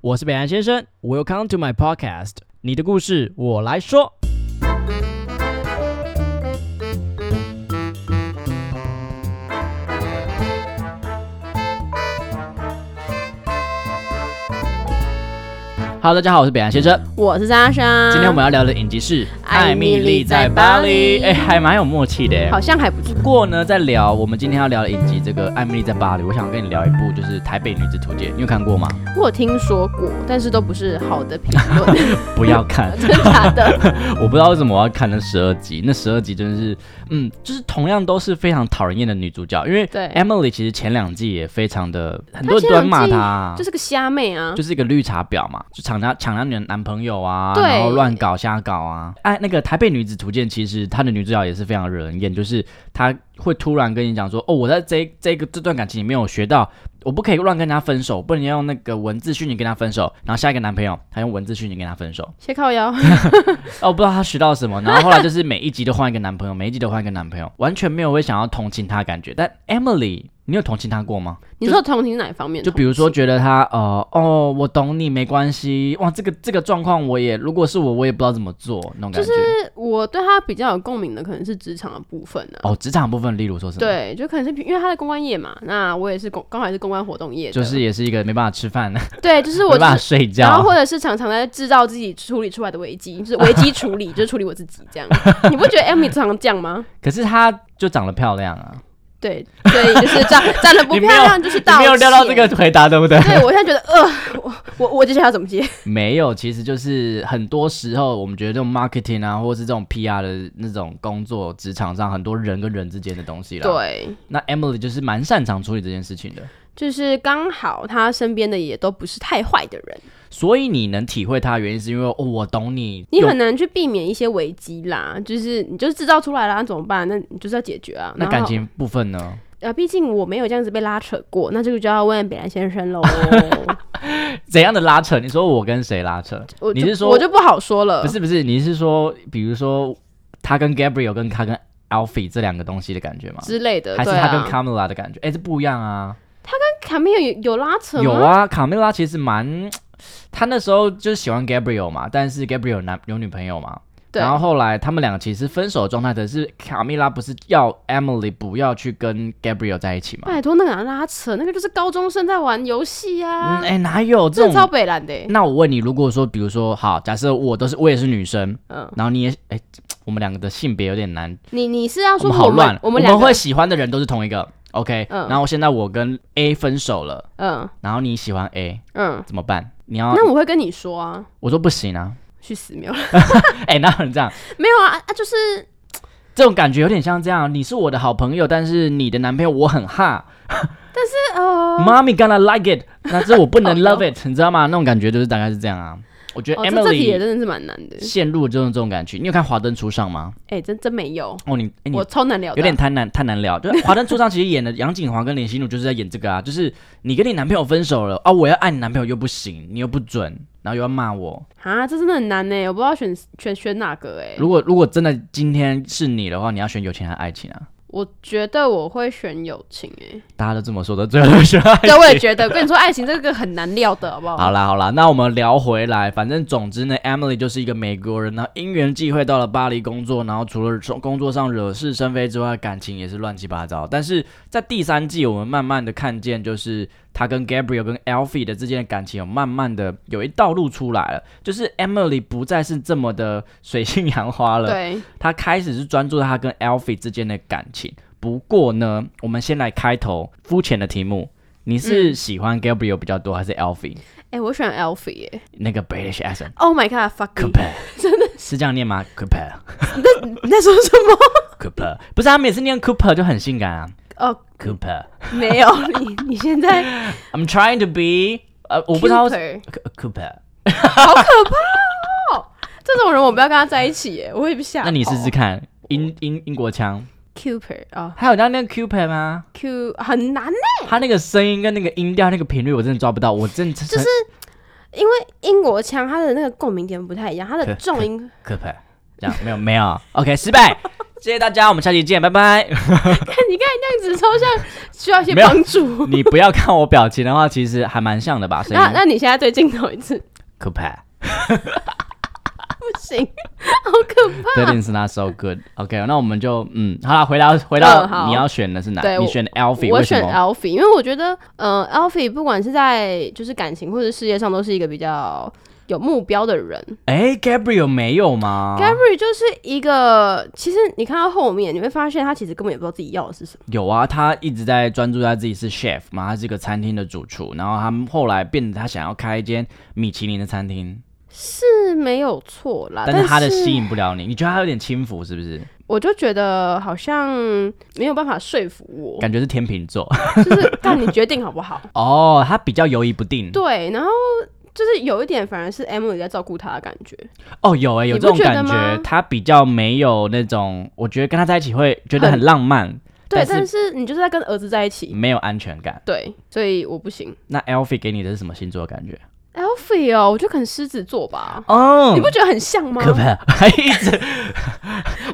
我是北岸先生，Welcome to my podcast，你的故事我来说。Hello，大家好，我是北岸先生。我是莎莎。今天我们要聊的影集是《嗯艾米丽在巴黎哎，还蛮有默契的耶。好像还不不错。过呢，在聊我们今天要聊的影集这个《艾米丽在巴黎》，我想跟你聊一部就是《台北女子图鉴》，你有看过吗？我有听说过，但是都不是好的评论， 不要看，真的假的？我不知道为什么我要看那十二集，那十二集真的是，嗯，就是同样都是非常讨人厌的女主角，因为对 Emily 其实前两季也非常的，很多人都在骂她啊，就是个虾妹啊就。是一个绿茶婊嘛，就抢她抢她女男朋友啊，对然后乱搞瞎搞啊。哎，那个《台北女子图鉴》其实她的女主角也是非常惹人厌，就是她会突然跟你讲说，哦，我在这这个这段感情里面有学到，我不可以乱跟她分手，不能用那个文字讯息跟她分手，然后下一个男朋友她用文字讯息跟她分手。切 靠腰，哦，我不知道她学到什么，然后后来就是每一集都换一个男朋友，每一集都换一个男朋友，完全没有会想要同情她的感觉。但 Emily，你有同情她过吗？你说同情哪一方面？就比如说，觉得他呃哦，我懂你，没关系。哇，这个这个状况我也，如果是我，我也不知道怎么做那种感觉。就是我对他比较有共鸣的，可能是职场的部分啊。哦，职场部分，例如说什么，，对，就可能是因为他的公关业嘛，那我也是公，刚好也是公关活动业的，就是也是一个没办法吃饭，没对，就是我、就办法是，睡然觉啊后或。者是常常在制造自己处理出来的危机，就是危机处 理，就是处理我自己这样。你不觉得 Amy 常常这样吗？可是她就长得漂亮啊，对，所以就是长长得不你漂没有亮，就是你道没有料到这歉个回答，对不 对？对，我现在觉得，呃，我我我接下来要怎么接？ 没有，其实就是很多时候我们觉得这种 marketing 啊，或者是这种 PR 的那种工作职场上，很多人跟人之间的东西啦。，对，那 Emily 就是蛮擅长处理这件事情的。就是刚好他身边的也都不是太坏的人，所以你能体会她的原因，是因为哦，我懂你，你有很难去避免一些危机啦。就是你就是制造出来啦，那怎么办？那你就是要解决啊。那然感后情部分呢？呃，毕竟我没有这样子被拉扯过，那这个就要问北兰先 生喽。怎样的拉扯？你说我跟谁拉扯？我你就是说我就不好说了不。是不是，你是说，比如说他跟 Gabriel 跟他跟 Alfie 这两个东西的感觉吗？之类的，还是对他跟啊， Camila 的感觉？哎、这不一样啊！卡米尔有有拉扯吗？有，啊，卡梅拉其实蛮，他那时候就是喜欢 Gabriel 嘛，但是 Gabriel 有男有女朋友嘛。对然后后来他们两个其实分手的状态，可是卡米拉不是要 Emily 不要去跟 Gabriel 在一起嘛？拜托，那个哪拉扯，那个就是高中生在玩游戏嗯，啊，哎、哪有这这超种？北兰的欸。那我问你，如果说，比如说，好，假设我都是我也是女生，嗯，然后你也哎、我们两个的性别有点难，你你是要我说们好乱，我们们两会喜欢的人都是同一个，OK，、嗯然后现在我跟 A 分手了，嗯然后你喜欢 A 嗯，怎么办？你要那我会跟你说啊，我说不行啊，去死没有啦？哎、哪有人这样？ 没有啊啊，就是这种感觉有点像这样，你是我的好朋友，但是你的男朋友我很哈、呃， m o m m y gonna like it，那这我不能好 love it，你知道吗？那种感觉就是大概是这样啊。我觉得哦，这这题也 Emily 真的是蛮难的，陷入这种这种感觉。你有看《华灯初上》吗？哎，真真没有，哦，你、哎你我超难聊的，啊有点太难太难聊。就是《华灯初上》其实演的杨景华跟林心如就是在演这个啊，就是你跟你男朋友分手了啊，我要爱你男朋友又不行，你又不准，然后又要骂我。啊，这真的很难呢，我不知道选选选哪个哎，如果如果真的今天是你的话，你要选友情还是爱情啊？我觉得我会选友情哎，大家都这么说的，最后都选爱对，情。我也觉得，跟你说爱情这个很难料的，好不 好？好啦好啦，那我们聊回来，反正总之呢，Emily 就是一个美国人，然后因缘际会到了巴黎工作，然后除了从工作上惹是生非之外，感情也是乱七八糟。但是在第三季，我们慢慢的看见，就是她跟 Gabriel 跟 Alfie 的之间的感情有慢慢的有一道路出来了，就是 Emily 不再是这么的水性杨花了，对，她开始是专注在她跟 Alfie 之间的感情。不过呢，我们先来开头肤浅的题目，你是喜欢 Gabriel 比较多还是 Alfie？哎，我选 Alfie 哎那个 British accent。 ，Oh my God，fuck c o you， p e r 真的是这样念吗？Cooper，Cooper， 你在说什么？不是他每次念 Cooper 就很性感啊。哦， Cooper，I'm 没有，你你现在 trying to be，呃，我不知道是 Cooper Cooper，这种人，我不要跟他在一起哎，我会被吓跑。那你试试看英英英国腔， Cooper 啊还有那那个 Cooper 吗？ ，Q 很难呢，他那个声音跟那个音调、那个频率，我真的抓不到，我真就是因为英国腔它的那个共鸣点不太一样，它的可 重音 Cooper，这样没有没有，OK 失败。谢谢大家，我们下期见，拜 拜。你看你那样子抽象，需要一些没有帮助。你不要看我表情的话，其实还蛮像的吧？声那音那你现在对镜头一次，可怕。不行， 好可 怕。 That is not so good. OK，那我们就嗯，好了，回到回到嗯好你要选的是哪？你对我选 Alfie，我为什选么？ Alfie，因为我觉得，呃，Alfie 不管是在就是感情或者事业上，都是一个比较有目标的人。哎，Gabriel 没有吗 Gary 就是一个，其实你看到后面，你会发现他其实根本也不知道自己要的是什么。有啊，他一直在专注在自己是 chef 嘛，他是一个餐厅的主厨，然后他后来变得他想要开一间米其林的餐厅，是没有错啦，但啊但是他的吸引不了你，你觉得他有点轻浮是不是？我就觉得好像没有办法说服我，感觉是天秤座就是让你决定好不好？哦，他比较犹疑不定。对，然后就是有一点反而是 Emily 在照顾他的感觉，哦，有哎、有你这不种觉得感觉吗，他比较没有那种，我觉得跟他在一起会觉得很很浪漫，对，但但是嗯是你就是在跟儿子在一起，没有安全感。对，所以我不行。那 Alfie 给你的是什么星座的感觉？ Alfie 哦，我就可能狮子座吧。哦你不觉得很像 吗？可怕，还一直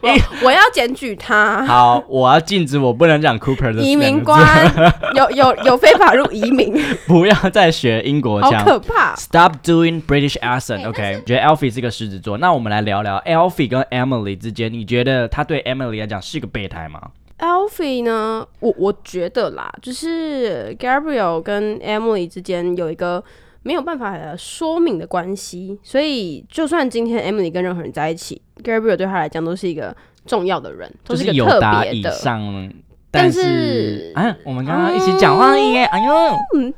我我要检举他，好，我要禁止我不能讲 Cooper 的移民名字，官 有有有非法入移民，不要再学英国好腔。可怕。哎 Stop doing British accent, OK？觉得 Alfie 是个狮子座，那我们来聊聊 Alfie 跟 Emily 之间，你觉得他对 Emily 来讲是个备胎吗？ Alfie 呢，我我觉得啦，就是 Gabriel 跟 Emily 之间有一个没有办法说明的关系，所以就算今天 Emily 跟任何人在一起，Gabriel 对他来讲都是一个重要的人，都就是一个有特答别以的。上，但是是啊啊，我们刚刚一起讲话耶，哎呦，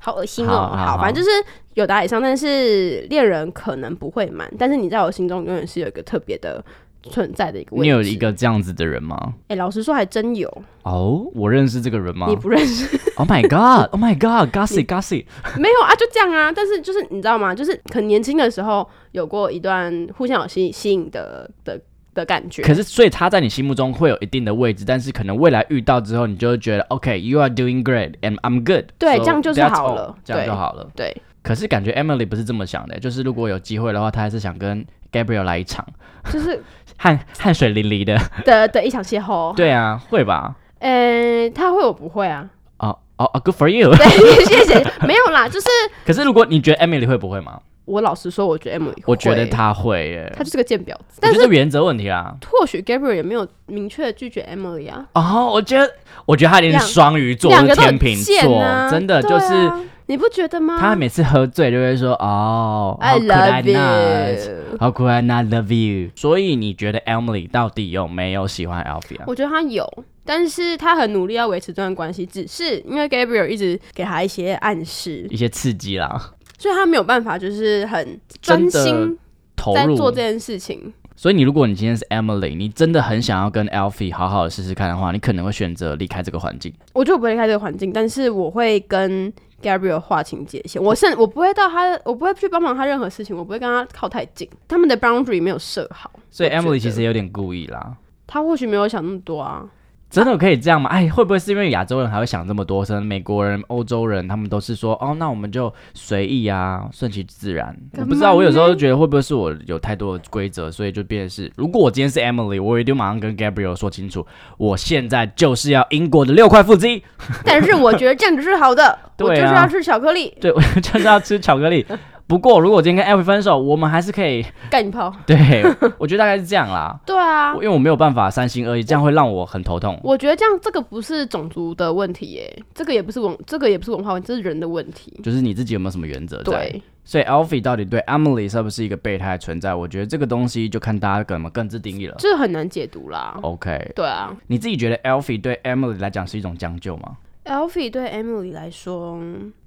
好恶心哦、好好好反正就是有打以上，但是恋人可能不会满，但是你在我心中永远是有一个特别的存在的一个位置。你有一，个这样子的人吗？哎、老实说还真有，哦，我认识这个人吗你不认识？ ？Oh my god! Oh my god! Gossip, gossip. 没有啊，就这样啊。但是就是你知道吗？就是很年轻的时候有过一段互相有吸吸引的的的感觉。可是，所以他在你心目中会有一定的位置，但是可能未来遇到之后，你就会觉得 OK, you are doing great and I'm good. 对 So 这样就是 that's 好 all，了这样对就好了。对，可是感觉 Emily 不是这么想的，就是如果有机会的话，她还是想跟 Gabriel 来一场就是汗汗水淋 漓的。的的一场邂逅。对啊，会吧？呃，他会我不会啊。 哦哦哦，Good for you。对，谢谢。没有啦，就是可是如果你觉得 Emily 会不会吗？我老实说，我觉得 Emily，我觉得会她会耶他，就是个贱婊子。我但觉是得这原则问题啊啦。或许 Gabriel 也没有明确地拒绝 Emily 啊，哦，我觉得，我觉得她一定两是双鱼座，两或个是都很天秤贱座，啊，真的对就啊是。你不觉得吗？他每次喝醉就会说：“哦、 I how could I love not? you， How could I not love you？” 所以你觉得 Emily 到底有没有喜欢 Alfie 啊？我觉得他有，但是他很努力要维持这段关系，只是因为 Gabriel 一直给他一些暗示，一些刺激啦，所以他没有办法就是很专真的心投在入。做这件事情。所以你如果你今天是 Emily，你真的很想要跟 Alfie 好好的试试看的话，你可能会选择离开这个环境。我就不会离开这个环境，但是我会跟 Gabriel 划清界限，我甚我不会到他，我不会去帮忙他任何事情，我不会跟他靠太近，他们的 boundary 没有设好，所以我觉 Emily 得其实有点故意啦。他或许没有想那么多啊。真的可以这样吗？哎，会不会是因为亚洲人还会想这么多？可能美国人、欧洲人他们都是说，哦，那我们就随意啊，顺其自然。我不知道，我有时候就觉得会不会是我有太多的规则，所以就变成是，如果我今天是 Emily，我一定马上跟 Gabriel 说清楚，我现在就是要英国的六块腹肌，但是我觉得这样子是好的，我 对就是啊要吃巧克力，对 我就是要吃巧克力。 不过如果我今天跟 Emily 分手，我们还是可以。干你炮。对， 我觉得大概是这样啦，对啊因，为我没有办法三心二意，这样会让我很头痛。我觉得这样这个不是种族的问题耶，这个也不是文，这个也不是文化问题，这是人的问题。就是你自己有没有什么原则在？对，所以 Alfie 到底对 Emily 是不是一个备胎存在？我觉得这个东西就看大家怎么更自定义了。这很难解读啦。 OK，对啊你自己觉得 Alfie 对 Emily 来讲是一种将就吗？ ，Alfie 对 Emily 来说，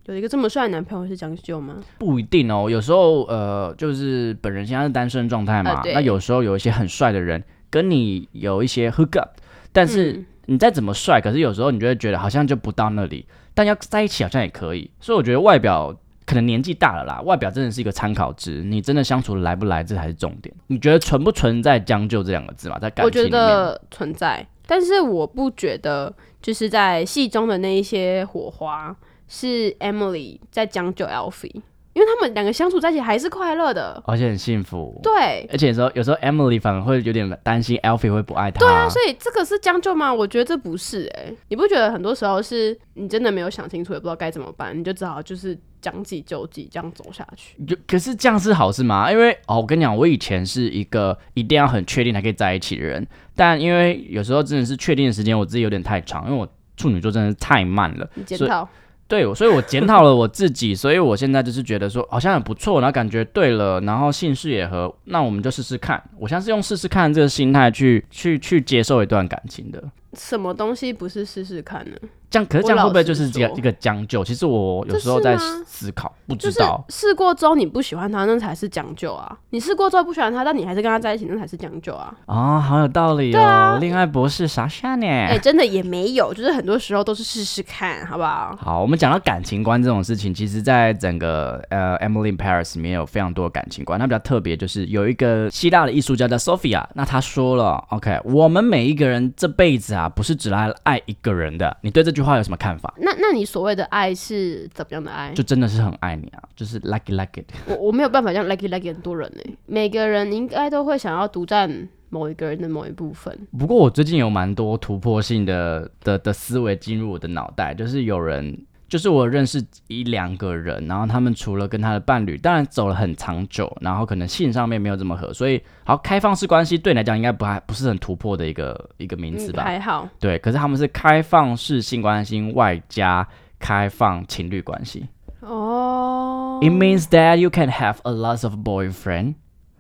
有一个这么帅的男朋友是将就吗？不一定哦，有时候呃，就是本人现在是单身状态嘛，啊对那有时候有一些很帅的人跟你有一些 hook up，但是嗯你再怎么帅，可是有时候你就会觉得好像就不到那里，但要在一起好像也可以。所以我觉得外表可能年纪大了啦，外表真的是一个参考值，你真的相处得来不来这才是重点。你觉得存不存在将就这两个字嘛，在感我情觉里面，得存在，但是我不觉得就是在戏中的那一些火花是 Emily 在将就 Alfie。因为他们两个相处在一起还是快乐的。而且很幸福。对，而且有时候有时候 Emily 反而会有点担心 Alfie 会不爱他。对啊，所以这个是将就吗？我觉得这不是哎、你不觉得很多时候是你真的没有想清楚，也不知道该怎么办，你就只好就是将计就计，这样走下去。就可是这样是好事吗？因为哦，我跟你讲，我以前是一个一定要很确定才可以在一起的人，但因为有时候真的是确定的时间我自己有点太长，因为我处女座真的是太慢了。你检所以讨，对，我所以我检讨了我自己， 所以我现在就是觉得说好哦像很不错，然后感觉对了，然后姓氏也合，那我们就试试看。我像是用试试看这个心态去去去接受一段感情的。什么东西不是试试看呢？这样可是这样会不会就是一我个老实说一个将就？其实我有时候这是在吗思考，不就知是道。试过之后你不喜欢他，那才是将就啊。你试过之后不喜欢他，但你还是跟他在一起，那才是将就啊。哦，好有道理对啊哦，恋、爱博士啥啥呢？哎、真的也没有，就是很多时候都是试试看，好不好？好，我们讲到感情观这种事情，其实在整个呃《Emily in Paris》里面有非常多的感情观。那比较特别就是有一个希腊的艺术家叫 Sophia，那她说了，OK，我们每一个人这辈子啊，不是只来爱一个人的。你对这句话有什么看法？那那你所谓的爱是怎么样的爱？就真的是很爱你啊，就是 like it like it。我我没有办法像 lucky lucky 很多人呢、欸每个人应该都会想要独占某一个人的某一部分。不过我最近有蛮多突破性的的的思维进入我的脑袋，就是有人，就是我认识一两个人，然后他们除了跟他的伴侣，当然走了很长久，然后可能性上面没有这么合，所以好开放式关系对你来讲应该不还不是很突破的一个一个名词吧？嗯还好，对，可是他们是开放式性关系外加开放情侣关系、哦 i t means that you can have a lot of boyfriend，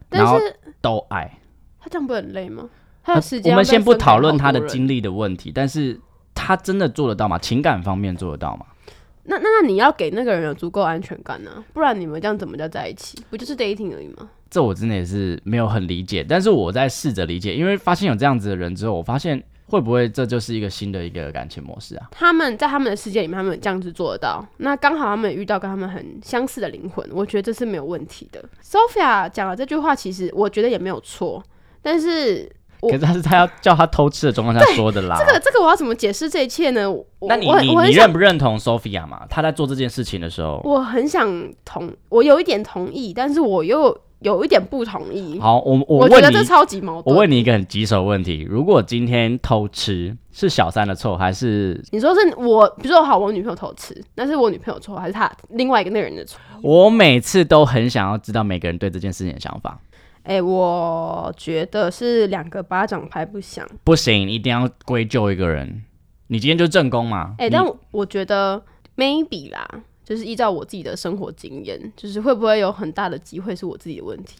但然后是都爱。他这样不会很累吗？他呃的时间我要们被先不分给讨论好他的多人经历的问题，但是他真的做得到吗？情感方面做得到吗？那那那你要给那个人有足够安全感呢、不然你们这样怎么叫在一起？不就是 dating 而已吗？这我真的也是没有很理解，但是我在试着理解，因为发现有这样子的人之后，我发现会不会这就是一个新的一个感情模式啊？他们在他们的世界里面，他们这样子做得到。那刚好他们也遇到跟他们很相似的灵魂，我觉得这是没有问题的。Sophia 讲了这句话，其实我觉得也没有错，但是我可是他是他要叫他偷吃的状况下说的啦。这个这个我要怎么解释这一切呢？我那你我很你我你很认想不认同 Sophia 嘛？他在做这件事情的时候，我很想同，我有一点同意，但是我又有一点不同意。好，我我觉问得你这，超级矛我盾。问你一个很棘手的问题：如果今天偷吃是小三的错还是你说是我，比如说好，我女朋友偷吃，那是我女朋友错，还是她另外一个那个人的错？我每次都很想要知道每个人对这件事情的想法。哎、我觉得是两个巴掌拍不响。不行，一定要归咎一个人。你今天就正宫嘛？哎、你但我我觉得 maybe 啦，就是依照我自己的生活经验，就是会不会有很大的机会是我自己的问 题？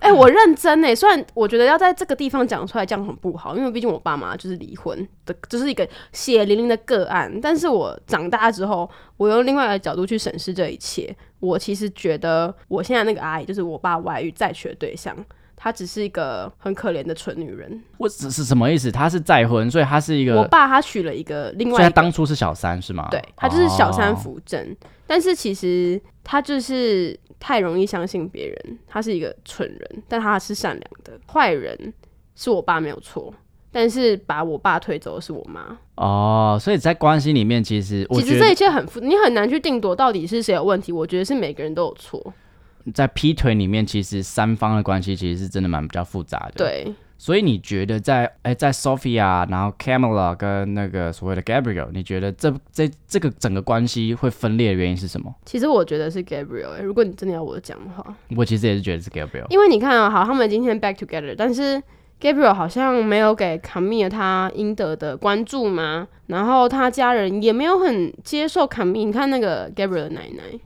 哎、我认真哎，虽然我觉得要在这个地方讲出来，这样很不好，因为毕竟我爸妈就是离婚的，就是一个血淋淋的个案。但是我长大之后，我用另外一个角度去审视这一切，我其实觉得我现在那个阿姨就是我爸外遇再娶的对象，她只是一个很可怜的蠢女人。我是是什么意思？他是再婚，所以他是一个，我爸他娶了一个另所外以一他个当初是小三是吗？对，他就是小三哦扶正，但是其实他就是太容易相信别人，他是一个蠢人，但他是善良的。坏人是我爸没有错，但是把我爸推走的是我妈。哦，所以在关系里面，其实我其觉实这得一切很复，你很难去定夺到底是谁有问题。我觉得是每个人都有错。在劈腿里面，其实三方的关系其实是真的蛮比较复杂的。，对，所以你觉得在哎、在 Sophia，然后 Camila 跟那个所谓的 Gabriel，你觉得这这这个整个关系会分裂的原因是什么？其实我觉得是 Gabriel、欸。如果你真的要我讲的话，我其实也是觉得是 Gabriel。因为你看啊、好，他们今天 back together，但是 Gabriel 好像没有给 Camille 他应得的关注嘛，然后他家人也没有很接受 Camille。你看那个 Gabriel 的奶奶，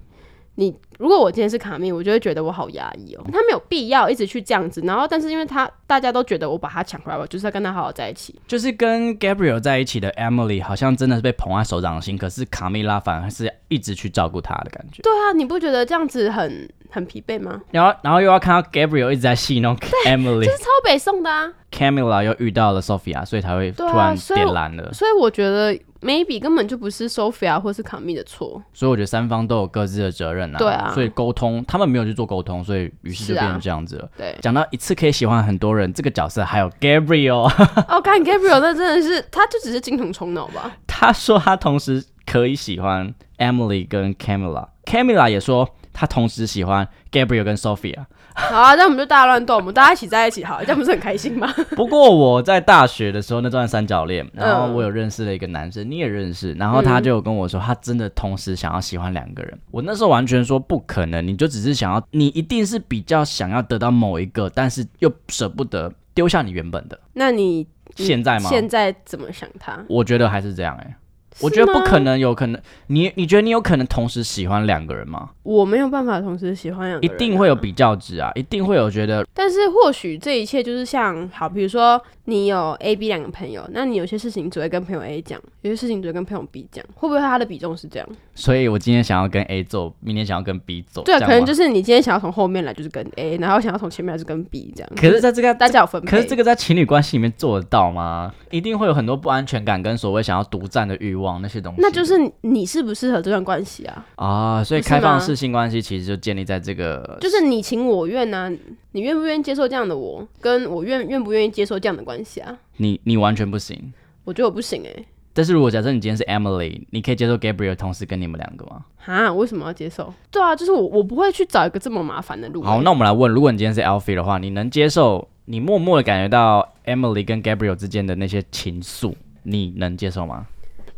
你如果我今天是 Camille，我就会觉得我好压抑哦，他没有必要一直去这样子。然后，但是因为他大家都觉得我把他抢回来，我就是要跟他好好在一起。就是跟 Gabriel 在一起的 Emily，好像真的是被捧在手掌心，可是卡蜜拉反而是一直去照顾她的感觉。对啊，你不觉得这样子很很疲惫吗？然后，然后又要看到 Gabriel 一直在戏弄 Emily，超北宋的啊， Camila 又遇到了 Sophia，所以才会突对啊然所以我点燃了。所以我觉得 maybe 根本就不是 Sophia 或是 Camille 的错。所以我觉得三方都有各自的责任啊。对啊所以沟通，他们没有去做沟通，所以于是是就啊变成这样子了。对，讲到一次可以喜欢很多人，这个角色还有 Gabriel， 哦，看 Gabriel 那真的是，他就只是精虫充脑吧？他说他同时可以喜欢 Emily 跟 Camila。Camila 也说，他同时喜欢 Gabriel 跟 Sophia。好啊，那我们就大乱斗，我们大家一起在一起好了，啊这样不是很开心吗？ 不过我在大学的时候那段三角恋，嗯然后我有认识了一个男生，你也认识，然后他就有跟我说，他真的同时想要喜欢两个嗯人。我那时候完全说不可能，你就只是想要，你一定是比较想要得到某一个，但是又舍不得丢下你原本的。那你嗯现在吗？现在怎么想他？我觉得还是这样哎、我是觉得不可吗，能，有可能。你你觉得你有可能同时喜欢两个人吗？我没有办法同时喜欢两个一人定啊会有比较值啊，一定会有觉得但是或许这一切就是像好，比如说你有 A、B 两个朋友，那你有些事情只会跟朋友 A 讲，有些事情只会跟朋友 B 讲，会不会他的比重是这样？所以我今天想要跟 A 做，明天想要跟 B 做，对啊，这可样能吗就是你今天想要从后面来就是跟 A，然后想要从前面来就是跟 B 这样。可是在这个大家有分配，可是这个在情侣关系里面做得到吗？一定会有很多不安全感跟所谓想要独占的欲望那些东西。那就是你你适不适合这段关系啊？啊，所以不是开放吗式性关系其实就建立在这个，就是你情我愿啊，你愿不愿意接受这样的我，跟我愿愿不愿意接受这样的关系啊？你你完全不行。我觉得我不行哎、但是如果假设你今天是 Emily，你可以接受 Gabriel 同时跟你们两个吗？哈，为什么要接受？对啊，就是我，我不会去找一个这么麻烦的路欸。好，那我们来问，如果你今天是 Alfie 的话，你能接受你默默的感觉到 Emily 跟 Gabriel 之间的那些情愫，你能接受吗？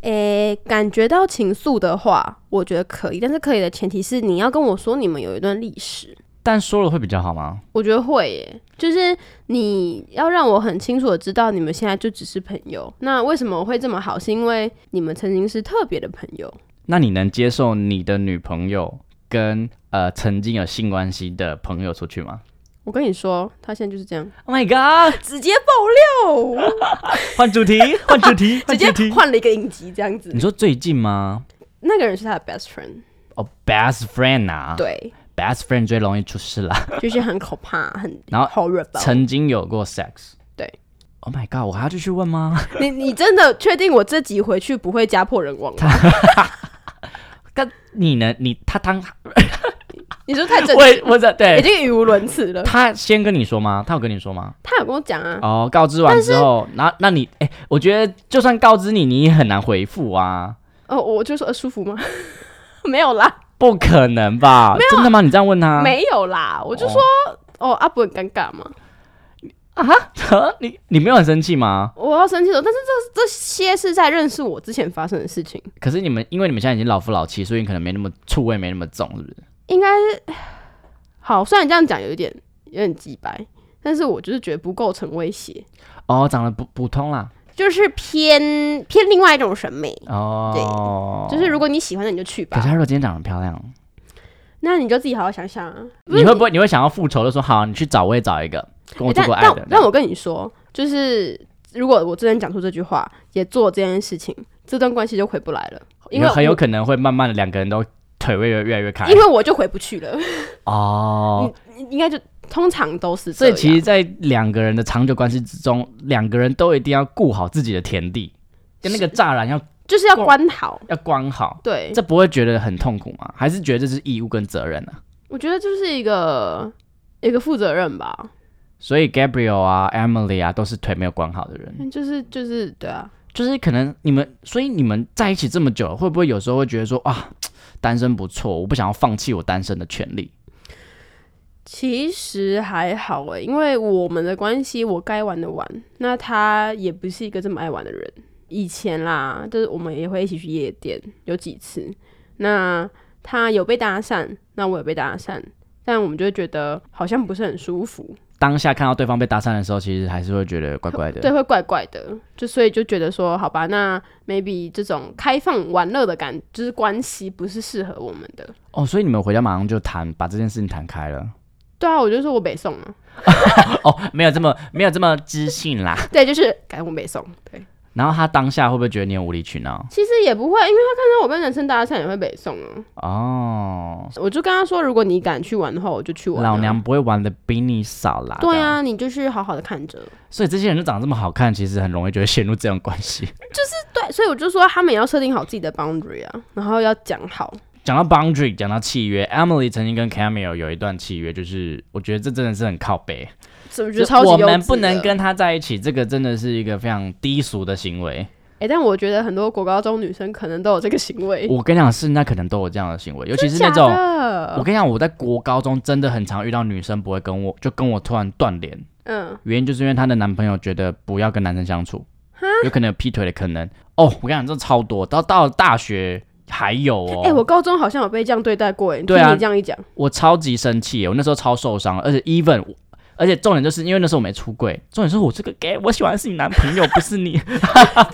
诶、欸感觉到情愫的话，我觉得可以，但是可以的前提是你要跟我说你们有一段历史。但说了会比较好吗？我觉得会耶，就是你要让我很清楚的知道你们现在就只是朋友。那为什么会这么好？是因为你们曾经是特别的朋友。那你能接受你的女朋友跟呃曾经有性关系的朋友出去吗我跟你说，他现在就是这样， ？Oh my god！直接爆料，换主题， 换主题，直换主接题。换了一个影集这样子你。说最近吗？那个人是他的 best friend，、哦、b e s t friend 啊对， ，best friend 最容易出事啦。就是很可怕，很然后 horrible。曾经有过 sex。对。 Oh my god！我还要继续问吗？ 你你真的确定我这集回去不会家破人亡吗？但你呢？你他当你说太正我我这对已经语无伦 次了。他先跟你说吗？他有跟你说吗？他有跟我讲啊，哦，告知完之后，那那你哎、我觉得就算告知你，你也很难回复啊，哦，我就说、呃、舒服吗？ 没有啦，不可能吧？真的吗？你这样问他？没有啦，我就说哦，阿、伯、很尴尬嘛，哦， 你你没有很生气吗？我要生气了。但是这这些是在认识我之前发生的事情，可是你们因为你们现在已经老夫老妻，所以你可能没那么醋味没那么重，是不是？应该是好。虽然这样讲有一点有点鸡白，但是我就是觉得不构成威胁，哦，长得普普通啦。就是偏偏另外一种审美。哦，就是如果你喜欢的你就去可吧是，她如果今天长得漂亮，那你就自己好好想想啊。你会不会你会想要复仇就说好，你去找我也找一个跟我做但过爱哎但的人？但我跟你说，就是如果我之前讲出这句话，也做这件事情，这段关系就回不来了，因为很有我可能会慢慢的两个人都腿会越越来越开因。为我就回不去了。哦，应该就通常都是这所以样。其实，在两个人的长久关系之中，两个人都一定要顾好自己的田地，跟那个栅栏要就是要关好。要关好。对，这不会觉得很痛苦吗？还是觉得这是义务跟责任呢、我觉得就是一个一个负责任吧，所以 Gabriel 啊、Emily 啊，都是腿没有管好的人，就是就是对啊，就是可能你们，所以你们在一起这么久，会不会有时候会觉得说啊，单身不错，我不想要放弃我单身的权利？其实还好诶、因为我们的关系，我该玩的玩，那他也不是一个这么爱玩的人。以前啦，就是我们也会一起去夜店，有几次。那他有被搭讪，那我也被搭讪，但我们就会觉得好像不是很舒服，当下看到对方被搭讪的时候，其实还是会觉得怪怪的。对，会怪怪的，就所以就觉得说，好吧，那 maybe 这种开放玩乐的感，就是关系不是适合我们的。哦，所以你们回家马上就谈，把这件事情谈开了。 对啊，我就说我北宋啊，哦，没有这么没有这么知性啦。对，就是改我北宋，对，然后他当下会不会觉得你很无理取闹？其实也不会，因为他看到我跟男生搭讪也会北宋啊，哦，我就跟他说，如果你敢去玩的话，我就去玩、老，娘不会玩的比你少啦。啊对这样，啊，你就是好好的看着，所以这些人都长得这么好看，其实很容易就会陷入这种关系。对，所以我就说他们也要设定好自己的 boundary 啊，然后要讲好，讲到 boundary，讲到契约，Emily 曾经跟 Camille 有一段契约，就是我觉得这真的是很靠背，是不是超级我幼们稚不能的跟他在一起，这个真的是一个非常低俗的行为。哎、但我觉得很多国高中女生可能都有这个行为，我跟你讲，是那可能都有这样的行为，尤其是那假种。我的，跟你讲，我在国高中真的很常遇到女生不会跟我，就跟我突然断联，嗯，原因就是因为她的男朋友觉得不要跟男生相处，有可能有劈腿的可能。哦，我跟你讲，这超多，到到了大学还有哦。哎、我高中好像有被这样对待过，哎，对啊听你这样一讲，我超级生气耶，我那时候超受伤了，而且 even，我而且重点就是因为那时候我没出柜，重点是我这个 gay，我喜欢的是你男朋友，不是你。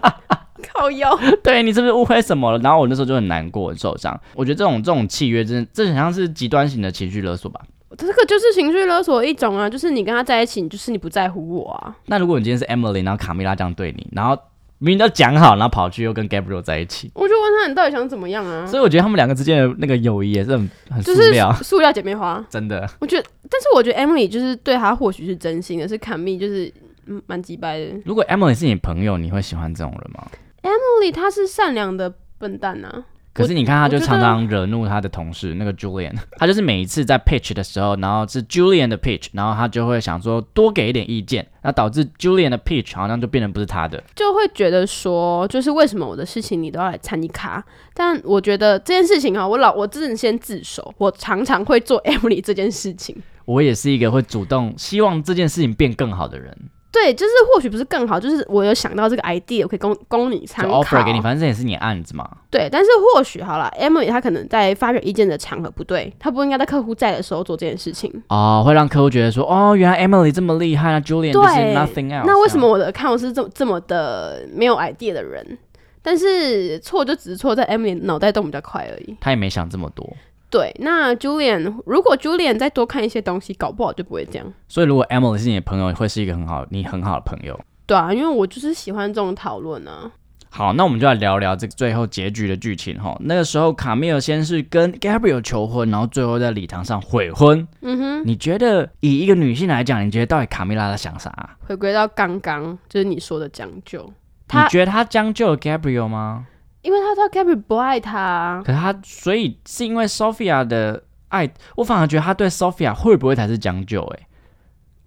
靠腰，对你是不是误会什么了？然后我那时候就很难过，很受伤。我觉得这种这种契约真的，这很像是极端型的情绪勒索吧。这个就是情绪勒索一种啊，就是你跟他在一起，你就是你不在乎我啊，那如果你今天是 Emily，然后卡米拉这样对你，然后明明都讲好，然后跑去又跟 Gabriel 在一起，我就问他你到底想怎么样啊？所以我觉得他们两个之间的那个友谊也是很很就塑是料， 塑料姐妹花，真的。我觉得，但是我觉得 Emily 就是对他或许是真心的，是坎蜜就是嗯蛮鸡掰的如果 Emily 是你朋友，你会喜欢这种人吗？ ，Emily 她是善良的笨蛋呐、啊，可是你看，他就我觉得常常惹怒他的同事那个 Julian，他 就是每一次在 pitch 的时候，然后是 Julian 的 pitch，然后他就会想说多给一点意见，那导致 Julian 的 pitch 好像就变成不是他的。就会觉得说，就是为什么我的事情你都要来参一咖？但我觉得这件事情啊，我老我自己先自首，我常常会做 Emily 这件事情。我也是一个会主动希望这件事情变更好的人，对，就是或许不是更好，就是我有想到这个 idea，我可以供供你参就考。 offer 给你，反正这也是你的案子嘛。对，但是或许好了，Emily 她可能在发表意见的场合不对，她不应该在客户在的时候做这件事情。哦，会让客户觉得说，哦，原来 Emily 这么厉害，那 Julian 就是对 nothing else。那为什么？我的看我是这么这么的没有 idea 的人？但是错就只是错在 Emily 脑袋动比较快而已。他也没想这么多。对，那 Julian 如果 Julian 再多看一些东西，搞不好就不会这样。所以如果 Emily 是你的朋友，会是一个很好你很好的朋友。对啊，因为我就是喜欢这种讨论啊。好，那我们就来聊聊这个最后结局的剧情哈。那个时候，卡米尔先是跟 Gabriel 求婚，然后最后在礼堂上悔婚。嗯哼，你觉得以一个女性来讲，你觉得到底卡米拉在想啥、回归到刚刚，就是你说的将就，你她觉得她将就了 Gabriel 吗？因为他知道 Gabby 啊不爱他，可是她，所以是因为 Sophia 的爱，我反而觉得她对 Sophia 会不会才是将就、欸？哎，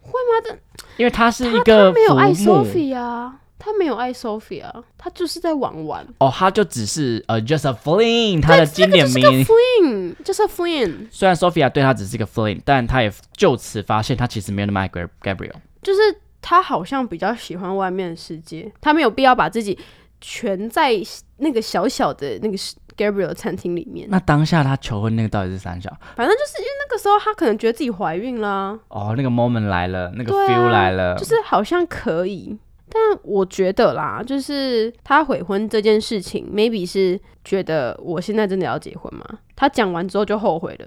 会吗？因为她是一个他没有爱浮木 Sophie 啊，他没有爱 Sophie 啊，他就是在玩玩。哦，她就只是呃、just a fling，她的经典名。嗯，就是 Flynn，虽然 Sophia 对她只是一个 fling，但她也就此发现她其实没有那么爱 Gab- Gabriel。就是他好像比较喜欢外面的世界，他没有必要把自己全在那个小小的那个 Gabriel 的餐厅里面。那当下他求婚那个到底是三小？反正就是因为那个时候，他可能觉得自己怀孕啦，哦，那个 moment 来了，那个对啊 feel 来了，就是好像可以。但我觉得啦，就是他悔婚这件事情，maybe 是觉得我现在真的要结婚吗？他讲完之后就后悔了，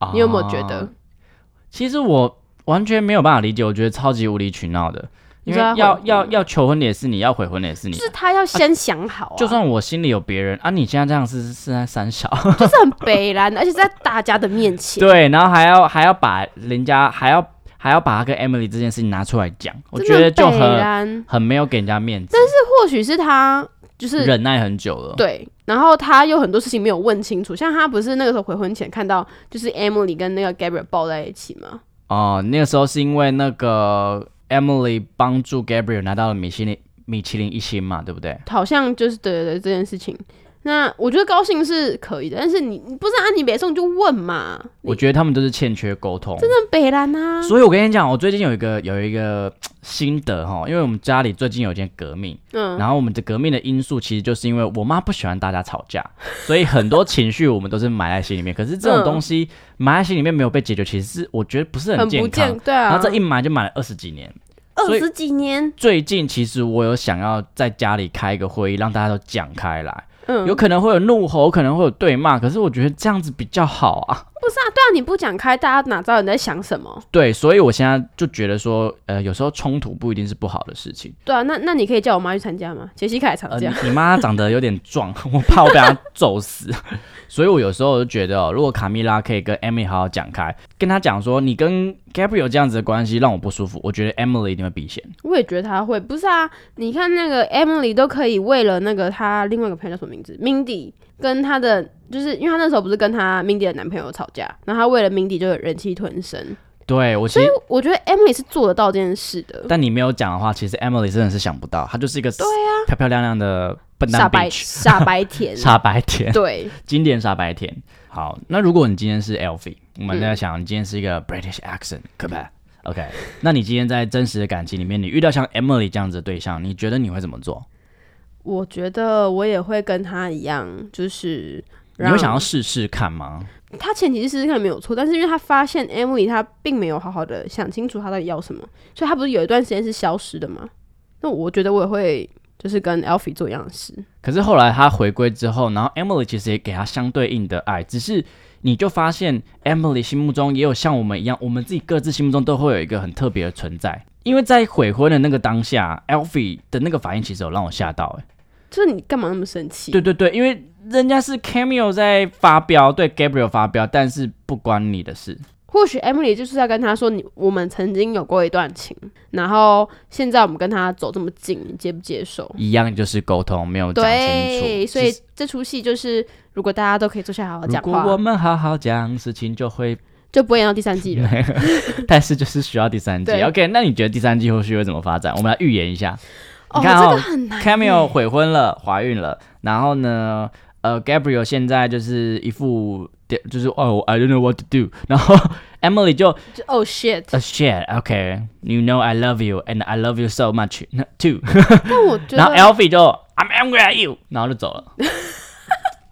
哦啊你有没有觉得？其实我完全没有办法理解，我觉得超级无理取闹的，你因知为道要他悔要婚要求婚的也是你，要悔婚的也是你嗯就。是他要先想好、啊就算我心里有别人啊，你现在这样是是在三 小，就是很悲然，而且在大家的面 前，对，然后还要还要把人家还要还要把他跟 Emily 这件事情拿出来讲，我真觉的得很啊就北很兰很没有给人家面子，这或许是他就是忍耐很久了。对，然后他有很多事情没有问清楚，像他不是那个时候悔婚前看到就是 Emily 跟那个 Gabriel 抱在一起吗？哦，那个时候是因为那个 Emily 帮助 Gabriel 拿到了米其林米其林一星嘛，对不对？好像就是对对对这件事情。那我觉得高兴是可以的，但是你你不是啊，你北宋就问嘛，我觉得他们都是欠缺沟通。真那北兰啊，所以我跟你讲，我最近有一个有一个心得哈，因为我们家里最近有一件革命，嗯，然后我们的革命的因素其实就是因为我妈不喜欢大家吵 架，所以很多情绪我们都是埋在心里面。可是这种嗯东西埋在心里面没有被解决，其实是我觉得不是很健不康健。对啊，然后这一埋就埋了二十几年。所二以十几年，最近其实我有想要在家里开一个会议，让大家都讲开来。嗯，有可能会有怒吼，可能会有对骂，可是我觉得这样子比较好啊。对啊，你不讲开，大家哪知道你在想什么？对，所以我现在就觉得说，呃，有时候冲突不一定是不好的事情。对啊，那那你可以叫我妈去参加吗？杰西卡也参呃，你加，你妈长得有点壮， 我怕我被她揍死，所以我有时候我就觉得、哦，如果卡蜜拉可以跟 Emily 好好讲开，跟她讲说，你跟 Gabriel 这样子的关系让我不舒服，我觉得 Emily 一定会避嫌。我也觉得他会，不是啊？你看那个 Emily 都可以为了那个她另外一个朋友叫什么名字，Mindy 跟她的，就是因为她那时候不是跟她 Mindy 的男朋友吵架，然后她为了 Mindy 就有人气吞声。对我其实，我觉得 Emily 是做得到这件事的，啊但你没有讲的话，其实 Emily 真的是想不到，她就是一个对啊漂漂亮亮的笨蛋傻白 bitch，傻白 甜，傻白甜，对，经典傻白甜。好，那如果你今天是 Elfie，我们在想你今天是一个 British accent，可不可以？OK，那你今天在真实的感情里面，你遇到像 Emily 这样子的对象，你觉得你会怎么做？我觉得我也会跟他一样，就是你会让想要试试看吗？他前提是试试看没有错，但是因为他发现 Emily 他并没有好好的想清楚他到底要什么，所以他不是有一段时间是消失的吗？那我觉得我也会就是跟 Alfie 做一样的事，可是后来他回归之后，然后 Emily 其实也给他相对应的爱，只是你就发现 Emily 心目中也有像我们一样，我们自己各自心目中都会有一个很特别的存在。因为在悔婚的那个当下，Alfie 的那个反应其实有让我吓到、欸，就是你干嘛那么生气？对对对，因为人家是 Cameo 在发飙，对 Gabriel 发飙，但是不关你的事。或许 Emily 就是要跟他说你，我们曾经有过一段情，然后现在我们跟他走这么近，你接不接受？一样就是沟通没有讲清楚，对，所以其实这出戏就是，如果大家都可以坐下来好好如讲果我话，们好好讲，事情就会 就不会演到第三季了。但是就是需要第三季。对 OK，那你觉得第三季后续会怎么发展？我们来预言一 下。哦，你看哦这个很难耶。 Cameo 悔婚了，怀孕了，然后呢，呃，Gabriel 现在就是一副就是哦、i don't know what to do，然后 Emily 就就 Oh shit！ a shit，OK，you、know I love you and I love you so much too，但我觉然后得 Alfie 就 I'm angry at you，然后就走了。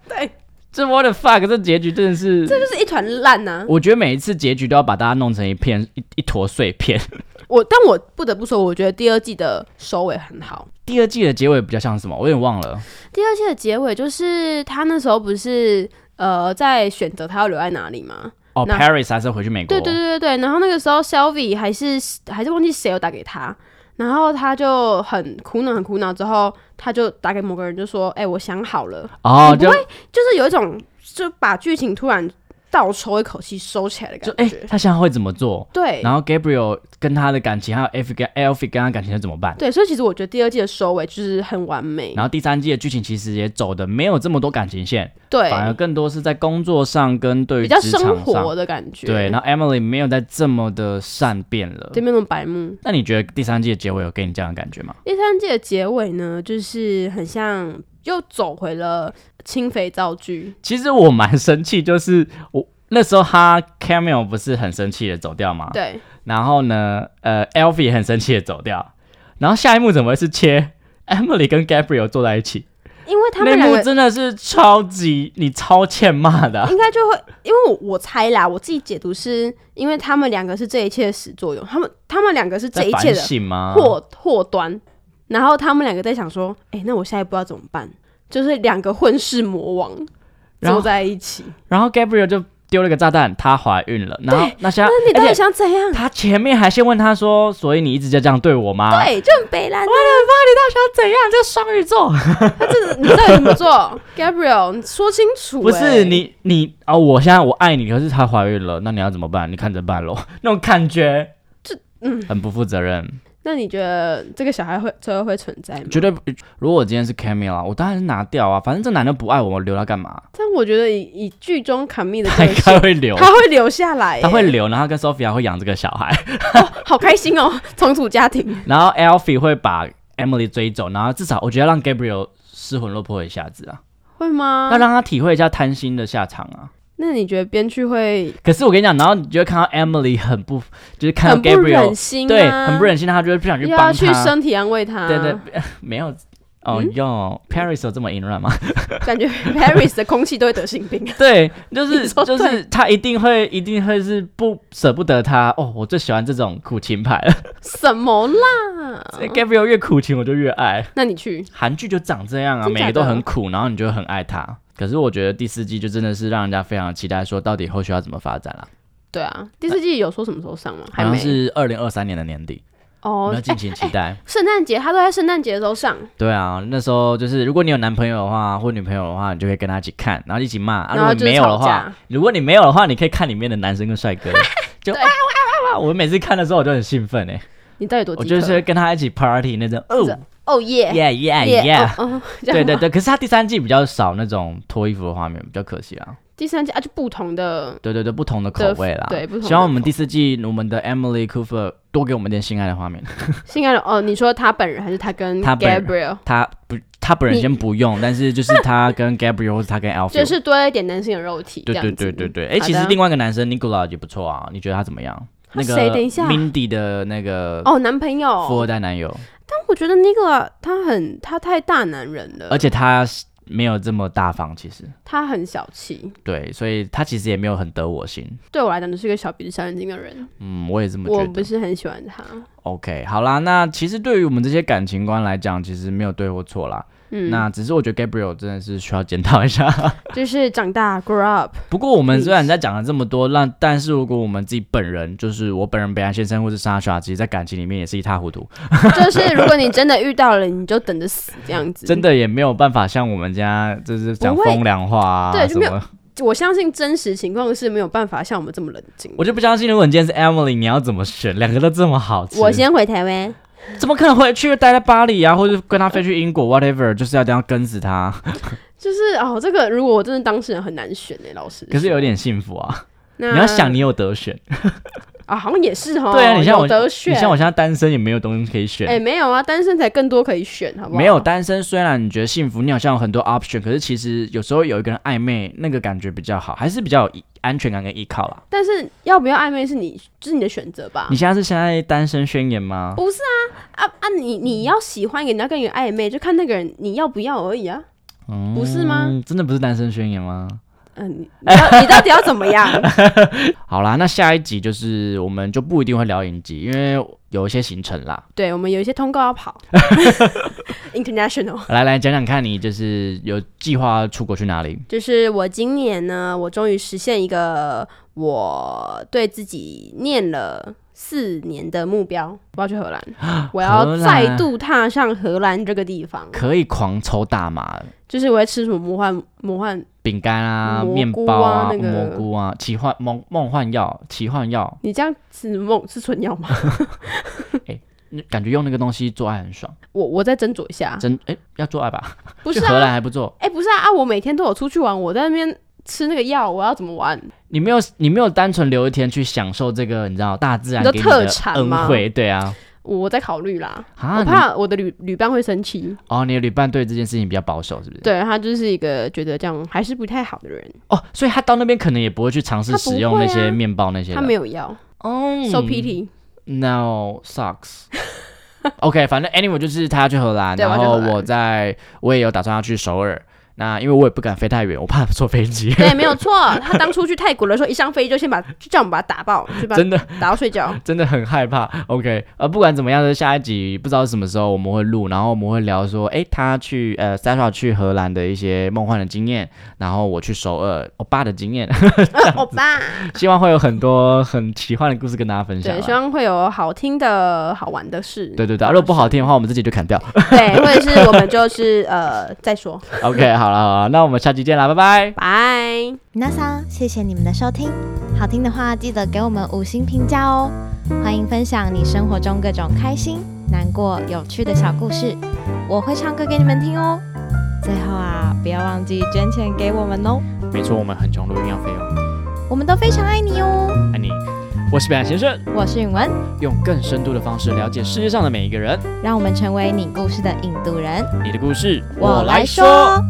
对，这 what the fuck，这结局真的是，这就是一团烂啊呐。我觉得每一次结局都要把大家弄成一片一一坨碎片。我，但我不得不说，我觉得第二季的收尾很好。第二季的结尾比较像什么？我有点忘了。第二季的结尾就是他那时候不是呃在选择他要留在哪里吗？哦那，Paris 还是回去美国？对对对对对，然后那个时候 Shelby 还是还是忘记谁有打给他，然后他就很苦恼很苦恼，之后他就打给某个人就说：“哎、我想好了。哦，你不就就是有一种就把剧情突然倒抽一口气收起来的就感哎、觉。他现在会怎么做？对然后 Gabriel 跟他的感情，还有 Elfie 跟 Elfie 跟他感情是怎么办？对，所以其实我觉得第二季的收尾就是很完美。然后第三季的剧情其实也走的没有这么多感情线，对，反而更多是在工作上跟对于比较职场生上。活的感觉。对，然后 Emily 没有再这么的善变了对。面那种白目。那你觉得第三季的结尾有给你这样的感觉吗？第三季的结尾呢，就是很像又走回了轻肥皂剧。其实我蛮生气，就是我那时候他 Cameo 不是很生气的走掉吗？对，然后呢，呃，Elfie 也很生气的走掉。然后下一幕怎么会是切 Emily 跟 Gabriel 坐在一起？因为他那们两幕个真的是超级你超欠骂的啊、应该就会，因为我我猜啦，我自己解读是因为他们两个是这一切的始作俑，他们他们两个是这在一切反的省啊吗？祸祸端，然后他们两个在想说，哎、那我下一步要怎么办？就是两个混世魔王然坐后在一起，然后 Gabriel 就丢了个炸弹，她怀孕了。然后那现在那你到而底且想怎样？他前面还先问他说：“所以你一直就这样对我吗？”对，就很悲啊蓝。想怎样？这个双鱼座他这个你到底怎么做，Gabriel？你说清楚、欸不诶是，你你啊、我现在我爱你，可是她怀孕了，那你要怎么办？你看着办咯， 那种感觉，这嗯，很不负责任。那你觉得这个小孩会最后会存在吗？绝对不，如果我今天是 Camille 啊，我当然是拿掉啊，反正这男的不爱我，我留他干嘛？但我觉得以以剧中卡密的他个应该性，会留，他会留下来、诶他会留，然后他跟 Sophia 会养这个小孩， 好开心哦， 重组家庭。然后 Alfie 会把 Emily 追走，然后至少我觉得让 Gabriel 失魂落魄一下子啊，会吗？要让他体会一下贪心的下场啊。那你觉得编剧会可是我跟你讲，然后你就会看到 Emily 很不，就是看到很不 Gabriel 忍心、啊，对，很不，忍心，他就会不想又去帮要去他。身体安慰他，对对，， 没有。哦嗯哟、p a r i s 有这么淫乱 吗？感觉 Paris 的空气都会得 性病。对，就是你说就对是他一定会一定会是不舍不得他哦，我最喜欢这种苦情牌了。什么啦？ Gabriel 越苦情我就越爱，那你去，韩剧就长这样啊，真每假的个都很苦，然后你就很爱他。可是我觉得第四季就真的是让人家非常期待，说到底后续要怎么发展了、对啊，第四季有说什么时候上吗？好还像没是二零二三年的年底，我哦们要。敬请期待。圣诞节，他都在圣诞节的时候上，对啊，那时候就是如果你有男朋友的话或女朋友的话，你就可以跟他一起看，然后一起骂。啊、如然后果就是没有的吵话架，如果你没有的话，你可以看里面的男生跟 帅哥，就哇哇对哇哇！我每次看的时候我就很兴奋哎、你到底多饥我渴？就是跟他一起 party 那种，哦是哦耶，yeah yeah 耶 yeah。哦，哦这样对对吗对，可是他第三季比较少那种脱衣服的画面，比较可惜啊。第三季啊，就不同的对对对，不同的口的味啦。对不同的啊希望我们口第四季我们的 Emily Cooper 多给我们点性爱的画面。性爱的哦，你说他本人还是他跟他本人 Gabriel？他不他本人先不用，但是就是他跟 Gabriel 或者他跟 Alfred，就是多了一点男性的肉体。对这样对子对对对。好哎，的其实另外一个男生 Nicola 也不错啊，你觉得他怎么样？他那个谁等一下 Mindy 的那个哦，男朋友。富二代男友，但我觉得 n i c o l 他很他太大男人了，而且他没有这么大方，其实他很小气。对，所以他其实也没有很得我心。对我来讲，就是一个小鼻子小眼睛的人，嗯，我也这么觉我得。不是很喜欢他。 OK，好啦，那其实对于我们这些感情观来讲，其实没有对或错啦。嗯，那只是我觉得 Gabriel 真的是需要检讨一下。 就是长大 grow up， 不过我们虽然在讲了这么多，让但是如果我们自己本人，就是我本人北安先生或是 Sasha，其实在感情里面也是一塌糊嗯涂，就是如果你真的遇到了，你就等着死这样子。真的也没有办法像我们家就是讲不会风凉话啊对什就没有么。我相信真实情况是没有办法像我们这么冷静。我就不相信，如果你今天是 Emily，你要怎么选？两个都这么好吃，我先回台湾，怎么可能回去待在巴黎啊，或者跟他飞去英国，whatever，就是要这样跟死他。就是哦，这个如果我真的当事人很难选哎、老师。可是有点幸福啊，那你要想你有得选。啊，好像也是哈。对啊，你像我，有得选，你像我现在单身也没有东西可以选。哎、没有啊，单身才更多可以选，好不好？没有单身，虽然你觉得幸福，你好像有很多 option，可是其实有时候有一个人暧昧，那个感觉比较好，还是比较有依安全感跟依靠啦。但是要不要暧昧是你，就是你的选择吧你。现在是现在单身宣言吗？不是啊啊啊！你你要喜欢一个人，你要跟一个人暧昧，就看那个人你要不要而已啊。不是吗嗯，真的不是单身宣言吗？嗯、你你要你到底要怎么样？好啦，那下一集就是我们就不一定会聊影集，因为有一些行程啦。对我们有一些通告 要跑，international。来来讲讲看，你就是有计划出国去哪里？就是我今年呢，我终于实现一个我对自己念了四年的目标，我要去荷啊兰，我要再度踏上荷兰这个地方。可以狂抽大麻、就是我会吃什么魔幻魔幻，饼干啊、蘑菇啊面包那个蘑菇啊、奇幻梦梦幻药、奇幻药，你这样是梦是 纯药吗？感觉用那个东西做爱很爽。我我再斟酌一下，真哎、要做爱吧？啊 不是去荷啊，兰还不做？哎、不是啊啊！我每天都有出去玩，我在那边吃那个药，我要怎么玩？你没有你没有单纯留一天去享受这个你知道大自然你的给你特的产吗恩惠？对啊，我在考虑啦，啊我你怕我的旅旅伴会生气，哦，你的旅伴对这件事情比较保守，是不是？对他就是一个觉得这样还是不太好的人，哦，所以他到那边可能也不会去尝试他不使用会那啊些面包那些的。他没有要哦受 pity，、 No sucks 。OK，反正 anyway 就是他要去荷兰，对然我要去后荷兰我在我也有打算要去首尔。那因为我也不敢飞太远，我怕 坐飞机。 对，没有错。他当初去泰国的时候，一上飞机就先把就叫我们把他打爆，就把他真的打到 睡觉。真的很害怕。OK，呃，不管怎么样的，下一集不知道什么时候我们会录，然后我们会聊说，诶，他去呃 Sasha 去荷兰的一些梦幻的经验，然后我去首尔欧巴的经验， 欧巴，希望会有很多很奇幻的故事跟大家分享对，啦。希望会有好听的好玩的事。对对对，啊如果不好听的话，我们自己就砍掉。对，或者是我们就是呃再说， OK，好了好了，那我们下期见啦，拜拜。拜。皆さん，谢谢你们的收听，好听的话记得给我们五星评价哦。欢迎分享你生活中各种开心、难过、有趣的小故事，我会唱歌给你们听哦。最后啊，不要忘记捐钱给我们哦，没错，我们很穷，录音要费用，我们都非常爱你哦。爱你。我是北岸先生，我是允文，用更深度的方式了解世界上的每一个人。让我们成为你故事的引渡人。你的故事，。说。